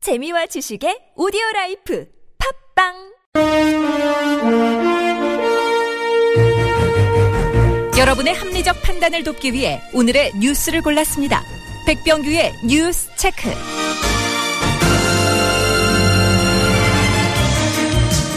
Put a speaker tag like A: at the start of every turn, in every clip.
A: 재미와 지식의 오디오 라이프 팝빵 여러분의 합리적 판단을 돕기 위해 오늘의 뉴스를 골랐습니다. 백병규의 뉴스 체크.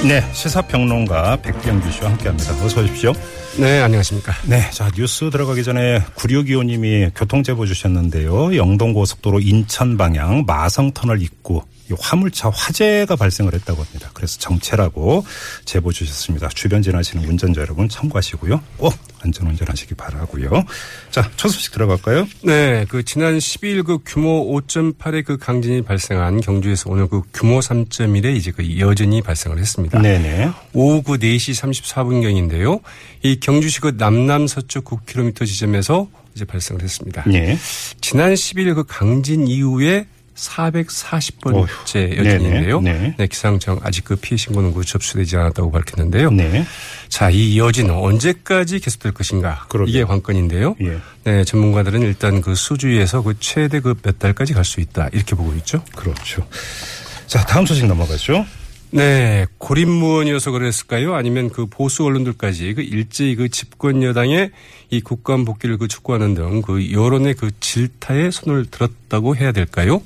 B: 네, 시사평론가 백병규 씨와 함께합니다. 어서 오십시오.
C: 네, 안녕하십니까.
B: 네, 자 뉴스 들어가기 전에 구류기호님이 교통 제보 주셨는데요. 영동고속도로 인천 방향 마성터널 입구 이 화물차 화재가 발생을 했다고 합니다. 그래서 정체라고 제보 주셨습니다. 주변 지나시는 운전자 여러분 참고하시고요. 꼭 안전 운전하시기 바라고요. 자, 첫 소식 들어갈까요?
C: 네, 그 지난 12일 그 규모 5.8의 그 강진이 발생한 경주에서 오늘 그 규모 3.1의 이제 그 여진이 발생을 했습니다.
B: 네네.
C: 오후 그 4시 34분경인데요. 이 경주시 그 남남서쪽 9km 지점에서 이제 발생을 했습니다.
B: 예.
C: 지난 10일 그 강진 이후에 440번째
B: 어휴.
C: 여진인데요.
B: 네네, 네.
C: 기상청 아직 그 피해 신고는 그 접수되지 않았다고 밝혔는데요.
B: 네.
C: 자, 이 여진 언제까지 계속될 것인가?
B: 그러게요.
C: 이게 관건인데요.
B: 예.
C: 네, 전문가들은 일단 그 수주에서 그 최대 그 몇 달까지 갈 수 있다 이렇게 보고 있죠.
B: 그렇죠. 자, 다음 소식 넘어가죠.
C: 네, 고립무원이어서 그랬을까요? 아니면 그 보수 언론들까지 그 일제히 그 집권 여당의 이 국감 복귀를 그 촉구하는 등 그 여론의 그 질타에 손을 들었다고 해야 될까요?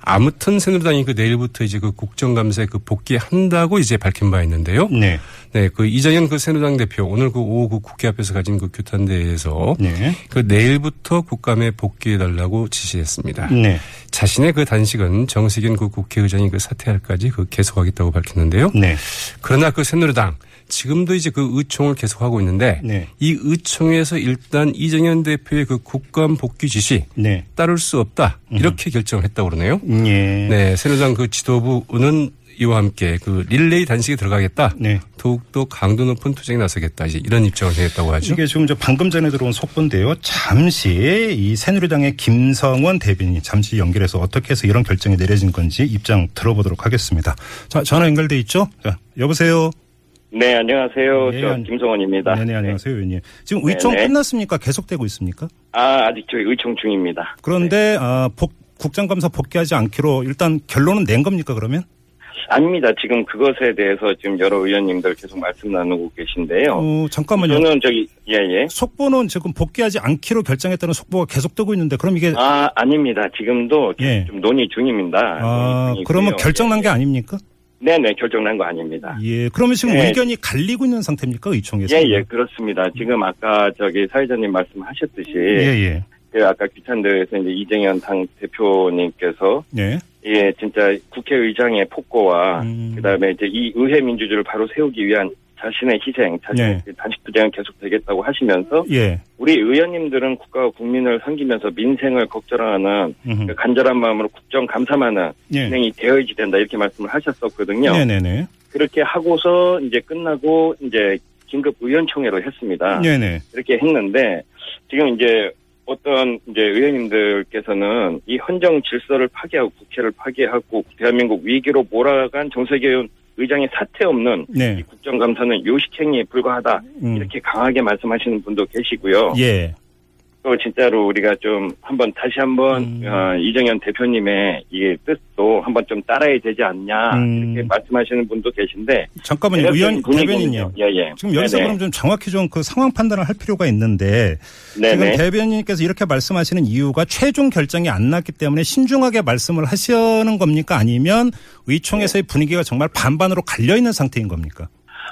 C: 아무튼 새누리당이 그 내일부터 이제 그 국정감사에 그 복귀한다고 이제 밝힌 바 있는데요.
B: 네.
C: 네, 그 이정현 그 새누리당 대표 오늘 그 오후 그 국회 앞에서 가진 그 규탄대회에서
B: 네.
C: 그 내일부터 국감에 복귀해달라고 지시했습니다.
B: 네.
C: 자신의 그 단식은 정세균 그 국회의장이 그 사퇴할까지 그 계속하겠다고 밝혔는데요.
B: 네.
C: 그러나 그 새누리당 지금도 이제 그 의총을 계속하고 있는데
B: 네.
C: 이 의총에서 일단 이정현 대표의 그 국감 복귀 지시
B: 네. 음.
C: 따를 수 없다 이렇게 결정을 했다고 그러네요.
B: 예.
C: 네, 새누리당 그 지도부는 이와 함께 그 릴레이 단식에 들어가겠다.
B: 네.
C: 더욱더 강도 높은 투쟁에 나서겠다. 이제 이런 입장을 내겠다고 하죠.
B: 이게 지금 저 방금 전에 들어온 속보인데요. 잠시 이 새누리당의 김성원 대변인 잠시 연결해서 어떻게 해서 이런 결정이 내려진 건지 입장 들어보도록 하겠습니다. 자, 전화 연결돼 있죠? 자, 여보세요.
D: 네, 안녕하세요.
B: 네,
D: 저
B: 안-
D: 김성원입니다.
B: 네네 안녕하세요, 의원님. 지금 의총
D: 네네.
B: 끝났습니까? 계속되고 있습니까?
D: 아, 아직 저희 의총 중입니다.
B: 그런데 아, 복, 국정감사 복귀하지 않기로 일단 결론은 낸 겁니까 그러면?
D: 아닙니다. 지금 그것에 대해서 지금 여러 의원님들 계속 말씀 나누고 계신데요.
B: 어, 잠깐만요.
D: 저는 저기 예, 예.
B: 속보는 지금 복귀하지 않기로 결정했다는 속보가 계속되고 있는데 그럼 이게 아,
D: 아, 아닙니다. 지금도
B: 예. 아,
D: 좀 논의 중입니다. 논의 중이고요.
B: 그러면 결정 난 게 아닙니까?
D: 네, 네, 결정 난 거 아닙니다.
B: 예, 그러면 지금
D: 예.
B: 의견이 갈리고 있는 상태입니까 의총에서?
D: 예, 예, 그렇습니다. 지금 아까 저기 사회자님 말씀하셨듯이
B: 예, 예,
D: 그 아까 기찬대회에서 이제 이정현 당 대표님께서
B: 예,
D: 예, 진짜 국회의장의 폭거와
B: 음.
D: 그다음에 이제 이 의회 민주주의를 바로 세우기 위한 자신의 희생,
B: 네.
D: 자신의 그 단식 투쟁은 계속 되겠다고 하시면서
B: 예.
D: 우리 의원님들은 국가와 국민을 섬기면서 민생을 걱정하는
B: 음흠.
D: 그 간절한 마음으로 국정 감사만은
B: 예.
D: 진행이 되어야지 된다 이렇게 말씀을 하셨었거든요.
B: 네네네.
D: 그렇게 하고서 이제 끝나고 이제 긴급 의원총회를 했습니다.
B: 네네.
D: 이렇게 했는데 지금 이제 어떤 이제 의원님들께서는 이 헌정 질서를 파괴하고 국회를 파괴하고 대한민국 위기로 몰아간 정세균 의장의 사퇴 없는
B: 네.
D: 이 국정감사는 요식행위에 불과하다
B: 음.
D: 이렇게 강하게 말씀하시는 분도 계시고요.
B: 예.
D: 또 진짜로 우리가 좀 한번 다시 한번
B: 음.
D: 어, 이정현 대표님의 이 뜻도 한번 좀 따라야 되지 않냐
B: 음.
D: 이렇게 말씀하시는 분도 계신데
B: 잠깐만요. 의원 대변인님.
D: 분위기군요. 예, 예.
B: 지금 여기서
D: 네네.
B: 그럼 좀 정확히 좀 그 상황 판단을 할 필요가 있는데
D: 네네.
B: 지금 대변인께서 이렇게 말씀하시는 이유가 최종 결정이 안 났기 때문에 신중하게 말씀을 하시는 겁니까 아니면
D: 네.
B: 의총에서의 분위기가 정말 반반으로 갈려 있는 상태인 겁니까?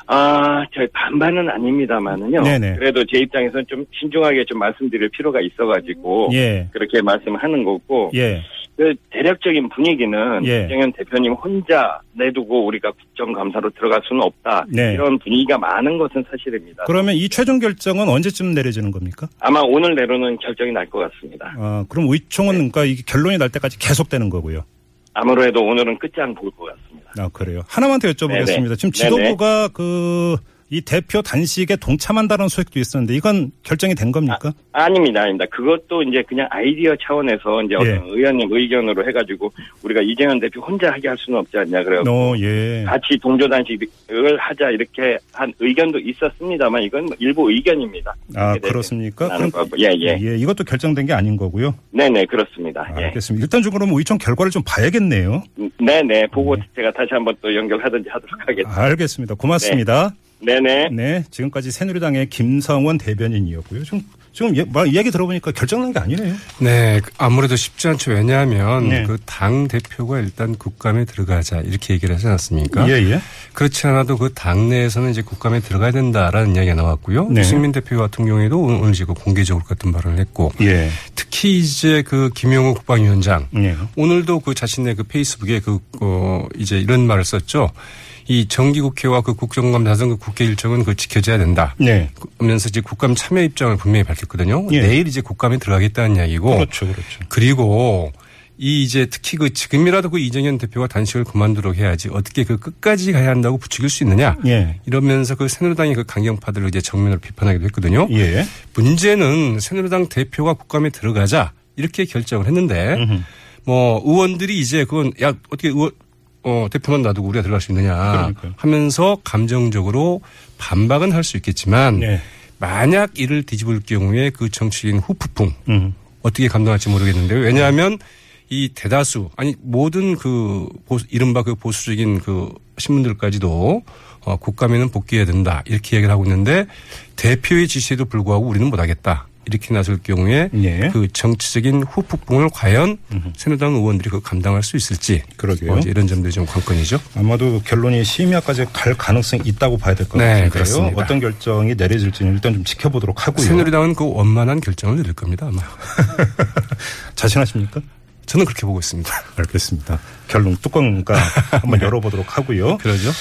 D: 아, 저희 반반은 아닙니다만은요.
B: 네네.
D: 그래도 제 입장에서는 좀 신중하게 좀 말씀드릴 필요가 있어가지고
B: 예.
D: 그렇게 말씀하는 거고
B: 예.
D: 그 대략적인 분위기는
B: 예.
D: 이정현 대표님 혼자 내두고 우리가 국정감사로 들어갈 수는 없다
B: 네.
D: 이런 분위기가 많은 것은 사실입니다.
B: 그러면 이 최종 결정은 언제쯤 내려지는 겁니까?
D: 아마 오늘 내로는 결정이 날 것 같습니다.
B: 아, 그럼 의총은
D: 네.
B: 그러니까 이게 결론이 날 때까지 계속되는 거고요.
D: 아무래도 오늘은 끝장 볼 것 같습니다.
B: 아, 그래요. 하나만 더 여쭤보겠습니다.
D: 네, 네네.
B: 지금 지도부가 그 이 대표 단식에 동참한다는 소식도 있었는데 이건 결정이 된 겁니까?
D: 아닙니다, 아닙니다. 그것도 이제 그냥 아이디어 차원에서 이제 어떤
B: 예.
D: 의원님 의견으로 해가지고 우리가 이재명 대표 혼자 하게 할 수는 없지 않냐 아, 그래요.
B: 어, 예.
D: 같이 동조 단식을 하자 이렇게 한 의견도 있었습니다만 이건 뭐 일부 의견입니다.
B: 아,
D: 네, 네.
B: 그렇습니까?
D: 나는
B: 그럼-
D: 거고. 예, 예.
B: 이것도 결정된 게 아닌 거고요.
D: 네네 그렇습니다. 예.
B: 알겠습니다. 일단적으로 뭐 의총 결과를 좀 봐야겠네요.
D: 네네 보고 제가 다시 한번 또 연결하든지 하도록 하겠습니다.
B: 아. 알겠습니다. 고맙습니다.
D: 네네.
B: 네, 지금까지 새누리당의 김성원 대변인이었고요. 지금 지금 얘- 말 이야기 들어보니까 결정난 게 아니네요.
C: 네, 그 아무래도 쉽지 않죠. 왜냐하면
B: 네.
C: 그 당 대표가 일단 국감에 들어가자 이렇게 얘기를 하지 않았습니까?
B: 예.
C: 그렇지 않아도 그 당내에서는 이제 국감에 들어가야 된다라는 이야기가 나왔고요.
B: 네.
C: 유승민 대표 같은 경우에도 오늘 오늘 지금 공개적으로 같은 발언을 했고
B: 예.
C: 특히 이제 그 김영우 국방위원장
B: 예.
C: 오늘도 그 자신의 그 페이스북에 그, 어, 이제 이런 말을 썼죠. 이 정기국회와 그 국정감사선 그 국회 일정은 그 지켜져야 된다.
B: 네.
C: 하면서 이제 국감 참여 입장을 분명히 밝혔거든요.
B: 예.
C: 내일 이제 국감에 들어가겠다는 이야기고.
B: 그렇죠, 그렇죠.
C: 그리고 이 이제 특히 그 지금이라도 그 이정현 대표가 단식을 그만두도록 해야지 어떻게 그 끝까지 가야 한다고 부추길 수 있느냐.
B: 예.
C: 이러면서 그 새누리당의 그 강경파들을 이제 정면으로 비판하기도 했거든요.
B: 예.
C: 문제는 새누리당 대표가 국감에 들어가자 이렇게 결정을 했는데 뭐 의원들이 이제 그건 야 어떻게 의원 어, 대표만 놔두고 우리가 들어갈 수 있느냐
B: 그러니까요.
C: 하면서 감정적으로 반박은 할 수 있겠지만
B: 네.
C: 만약 이를 뒤집을 경우에 그 정치인 후폭풍
B: 음.
C: 어떻게 감당할지 모르겠는데요. 왜냐하면 이 대다수 아니 모든 그 보수, 이른바 그 보수적인 그 신문들까지도 어, 국감에는 복귀해야 된다 이렇게 얘기를 하고 있는데 대표의 지시에도 불구하고 우리는 못하겠다 이렇게 나설 경우에
B: 예.
C: 그 정치적인 후폭풍을 과연 새누리당 의원들이 그 감당할 수 있을지
B: 그러게요.
C: 어, 이제 이런 점들이 좀 관건이죠.
B: 아마도 결론이 심의까지 갈 가능성이 있다고 봐야 될 것
C: 네,
B: 같은데요.
C: 그렇습니다.
B: 어떤 결정이 내려질지는 일단 좀 지켜보도록 하고요.
C: 새누리당은 그 원만한 결정을 내릴 겁니다 아마
B: 자신하십니까?
C: 저는 그렇게 보고 있습니다. 네.
B: 알겠습니다. 결론 뚜껑가 한번 열어보도록 하고요.
C: 그러죠?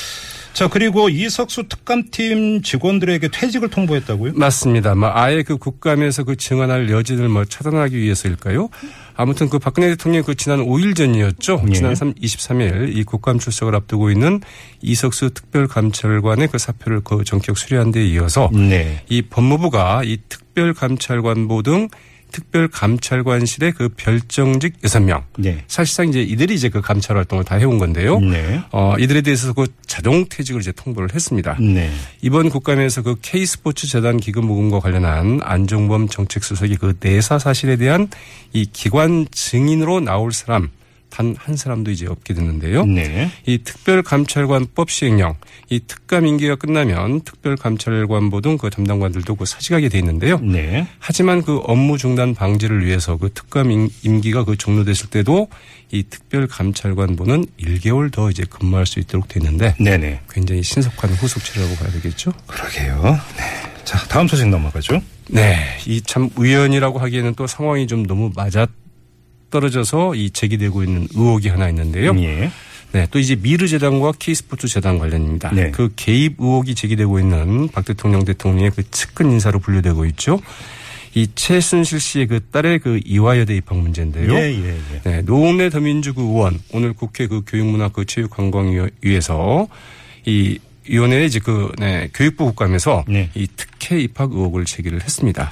B: 자 그리고 이석수 특감팀 직원들에게 퇴직을 통보했다고요?
C: 맞습니다. 뭐 아예 그 국감에서 그 증언할 여지를 뭐 차단하기 위해서일까요? 아무튼 그 박근혜 대통령 그 지난 5일 전이었죠.
B: 예.
C: 지난 3, 23일 이 국감 출석을 앞두고 있는 이석수 특별감찰관의 그 사표를 그 정격 수리한 데 이어서
B: 네.
C: 이 법무부가 이 특별감찰관보 등 특별감찰관실의 그 별정직 6명.
B: 네.
C: 사실상 이제 이들이 이제 그 감찰 활동을 다 해온 건데요.
B: 네.
C: 어, 이들에 대해서 그 자동 퇴직을 이제 통보를 했습니다.
B: 네.
C: 이번 국감에서 그 K스포츠 재단 기금 모금과 관련한 안종범 정책수석이 그 내사 사실에 대한 이 기관 증인으로 나올 사람 단 한 사람도 이제 없게 됐는데요.
B: 네.
C: 이 특별감찰관법 시행령, 이 특감 임기가 끝나면 특별감찰관보 등 그 담당관들도 그 사직하게 돼 있는데요.
B: 네.
C: 하지만 그 업무 중단 방지를 위해서 그 특감 임- 임기가 그 종료됐을 때도 이 특별감찰관보는 1개월 더 이제 근무할 수 있도록 돼 있는데
B: 네네.
C: 굉장히 신속한 후속 처리라고 봐야 되겠죠.
B: 그러게요. 네. 자, 다음 소식 넘어가죠.
C: 네, 이 참 우연이라고 하기에는 또 상황이 좀 너무 맞아 떨어져서 이 제기되고 있는 의혹이 하나 있는데요.
B: 예.
C: 네, 또 이제 미르 재단과 K스포츠 재단 관련입니다.
B: 네.
C: 그 개입 의혹이 제기되고 있는 박 대통령 대통령의 그 측근 인사로 분류되고 있죠. 이 최순실 씨의 그 딸의 그 이화여대 입학 문제인데요.
B: 예, 예, 예.
C: 네, 노웅래 더민주 그 의원 오늘 국회 그 교육문화 그 체육관광위에서 이 위원회 이제 그 네, 교육부 국감에서
B: 네.
C: 이 특혜 입학 의혹을 제기를 했습니다.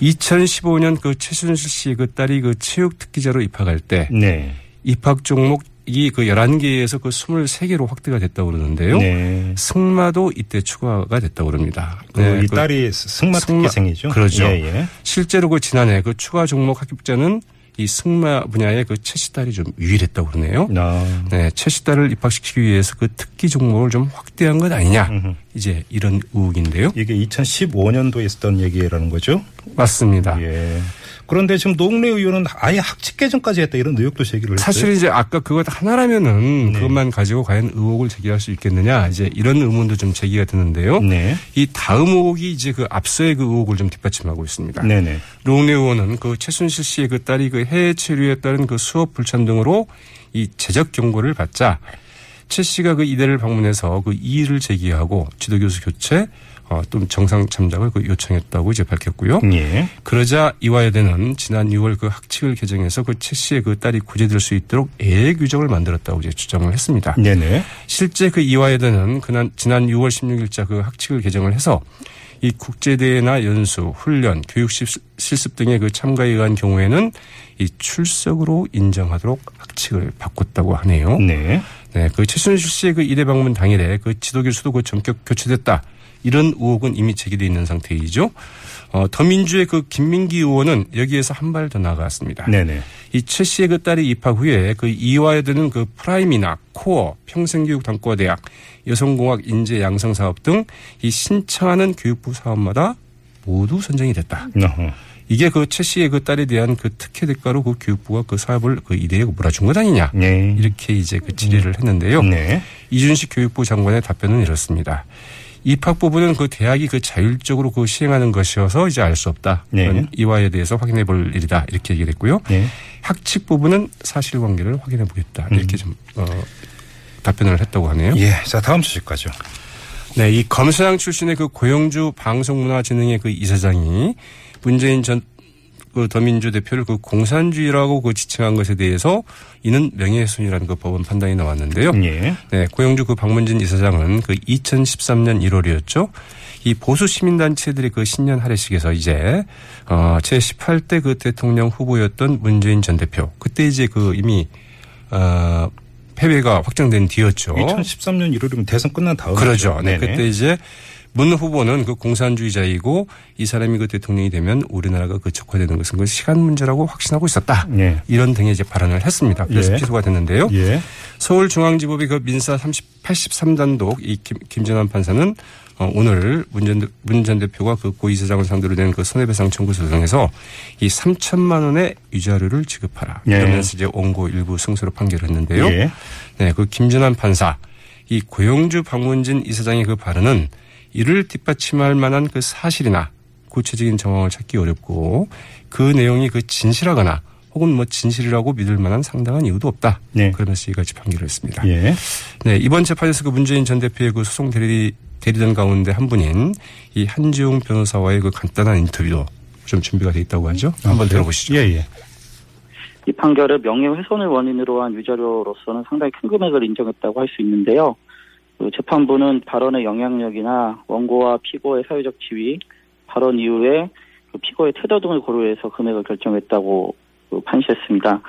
C: 2015년 그 최순실 씨 그 딸이 그 체육 특기자로 입학할 때
B: 네.
C: 입학 종목이 그 11개에서 그 23개로 확대가 됐다고 그러는데요.
B: 네.
C: 승마도 이때 추가가 됐다고 그럽니다.
B: 그,
C: 네,
B: 이
C: 그
B: 딸이 승마
C: 승마-
B: 특기생이죠.
C: 그러죠.
B: 예, 예.
C: 실제로 그 지난해 그 추가 종목 합격자는 이 승마 분야에 그 최씨 딸이 좀 유일했다고 그러네요.
B: 아,
C: 네, 최씨 딸을 입학시키기 위해서 그 특기 종목을 좀 확대한 것 아니냐. 이제 이런 의혹인데요.
B: 이게 2015년도에 있었던 얘기라는 거죠.
C: 맞습니다.
B: 예. 그런데 지금 노웅래 의원은 아예 학칙 개정까지 했다 이런 의혹도 제기를 했어요.
C: 사실 이제 아까 그것
B: 네.
C: 하나라면은 그것만 가지고 과연 의혹을 제기할 수 있겠느냐. 이제 이런 의문도 좀 제기가 되는데요.
B: 네.
C: 이 다음 의혹이 이제 그 앞서의 그 의혹을 좀 뒷받침하고 있습니다.
B: 네네.
C: 노웅래 의원은 그 최순실 씨의 그 딸이 그 해외 체류에 따른 그 수업 불참 등으로 이 제적 경고를 받자 최 씨가 그 이대를 방문해서 그 이의를 제기하고 지도교수 교체 어, 또 정상 참작을 그 요청했다고 이제 밝혔고요.
B: 예.
C: 그러자 이화여대는 지난 6월 그 학칙을 개정해서 그 최 씨의 그 딸이 구제될 수 있도록 예외 규정을 만들었다고 이제 주장을 했습니다.
B: 네네.
C: 실제 그 이화여대는 그난 지난 6월 16일자 그 학칙을 개정을 해서 이 국제대회나 연수, 훈련, 교육 실- 실습 등의 그 참가에 의한 경우에는 이 출석으로 인정하도록 학칙을 바꿨다고 하네요.
B: 네.
C: 네, 그 최순실 씨의 그 이대 방문 당일에 그 지도교수도 그 전격 교체됐다. 이런 의혹은 이미 제기돼 있는 상태이죠. 어, 더민주의 그 김민기 의원은 여기에서 한 발 더 나아갔습니다.
B: 네네.
C: 이 최 씨의 그 딸이 입학 후에 그 이화에 드는 그 프라임이나 코어, 평생교육단과대학, 여성공학 인재 양성 사업 등 이 신청하는 교육부 사업마다 모두 선정이 됐다.
B: 어허.
C: 이게 그 최 씨의 그 딸에 대한 그 특혜 대가로 그 교육부가 그 사업을 그 이대에 몰아준 것 아니냐.
B: 네.
C: 이렇게 이제 그 질의를 했는데요.
B: 네.
C: 이준식 교육부 장관의 답변은 이렇습니다. 입학 부분은 그 대학이 그 자율적으로 그 시행하는 것이어서 이제 알 수 없다.
B: 네.
C: 그건 이화에 대해서 확인해 볼 일이다. 이렇게 얘기를 했고요.
B: 네. 음.
C: 학칙 부분은 사실관계를 확인해 보겠다. 이렇게 좀, 어, 답변을 했다고 하네요.
B: 예. 자, 다음 소식 가죠.
C: 네, 이 검사장 출신의 그 고영주 방송문화진흥회 그 이사장이 문재인 전 그 더민주 대표를 그 공산주의라고 그 지칭한 것에 대해서 이는 명예훼손이라는 그 법원 판단이 나왔는데요.
B: 예.
C: 네, 고영주 그 박문진 이사장은 그 2013년 1월이었죠. 이 보수 시민단체들이 그 신년 할례식에서 이제 어, 제 18대 그 대통령 후보였던 문재인 전 대표 그때 이제 그 이미 어, 패배가 확정된 뒤였죠.
B: 2013년 1월이면 대선 끝난 다음에.
C: 그러죠. 네,
B: 네네.
C: 그때 이제 문 후보는 그 공산주의자이고 이 사람이 그 대통령이 되면 우리나라가 그 적화되는 것은 그 시간 문제라고 확신하고 있었다.
B: 예.
C: 이런 등의 이제 발언을 했습니다. 그래서
B: 예.
C: 기소가 됐는데요.
B: 예.
C: 서울중앙지법의 그 민사 30, 83단독 이 김, 김전환 판사는 어, 오늘 문전 문전 대표가 그 고이사장을 상대로 낸 그 손해배상 청구 소송에서 이 3천만 원의 유자료를 지급하라
B: 예.
C: 이러면서 이제 원고 일부 승소로 판결했는데요.
B: 예.
C: 네, 그 김전환 판사 이 고영주 박문진 이사장의 그 발언은 이를 뒷받침할 만한 그 사실이나 구체적인 정황을 찾기 어렵고 그 내용이 그 진실하거나 혹은 뭐 진실이라고 믿을 만한 상당한 이유도 없다.
B: 네.
C: 그러면서 이같이 판결을 했습니다.
B: 예.
C: 네, 이번 재판에서 그 문재인 전 대표의 그 소송 대리 대리단 가운데 한 분인 이 한지용 변호사와의 그 간단한 인터뷰도 좀 준비가 돼 있다고 하죠. 한번 들어보시죠.
B: 예, 예.
E: 이 판결을 명예훼손을 원인으로 한 유자료로서는 상당히 큰 금액을 인정했다고 할 수 있는데요. 그 재판부는 발언의 영향력이나 원고와 피고의 사회적 지위, 발언 이후에 그 피고의 태도 등을 고려해서 금액을 결정했다고 그 판시했습니다.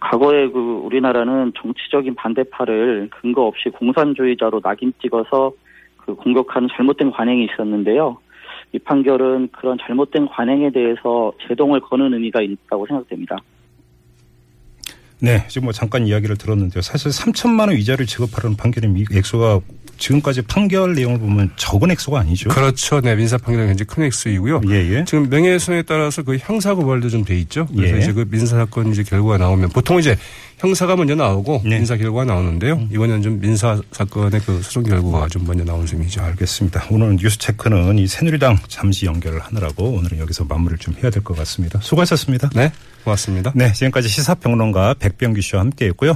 E: 과거에 그 우리나라는 정치적인 반대파를 근거 없이 공산주의자로 낙인 찍어서 그 공격하는 잘못된 관행이 있었는데요. 이 판결은 그런 잘못된 관행에 대해서 제동을 거는 의미가 있다고 생각됩니다.
B: 네, 지금 뭐 잠깐 이야기를 들었는데요. 사실 3천만 원 이자를 지급하라는 판결의 미- 액수가 지금까지 판결 내용을 보면 적은 액수가 아니죠.
C: 그렇죠. 네, 민사 판결은 굉장히 큰 액수이고요.
B: 예, 예.
C: 지금 명예훼손에 따라서 그 형사 고발도 좀 돼 있죠. 그래서
B: 예.
C: 이제 그 민사 사건 이제 결과가 나오면 보통 이제 형사가 먼저 나오고
B: 네. 음.
C: 민사 결과가 나오는데요. 이번에는 좀 민사 사건의 그 소송 결과가 좀 먼저 나온 셈이죠.
B: 알겠습니다. 오늘 뉴스 체크는 이 새누리당 잠시 연결을 하느라고 오늘은 여기서 마무리를 좀 해야 될 것 같습니다. 수고하셨습니다.
C: 네, 고맙습니다.
B: 네, 지금까지 시사평론가 백병규 씨와 함께했고요.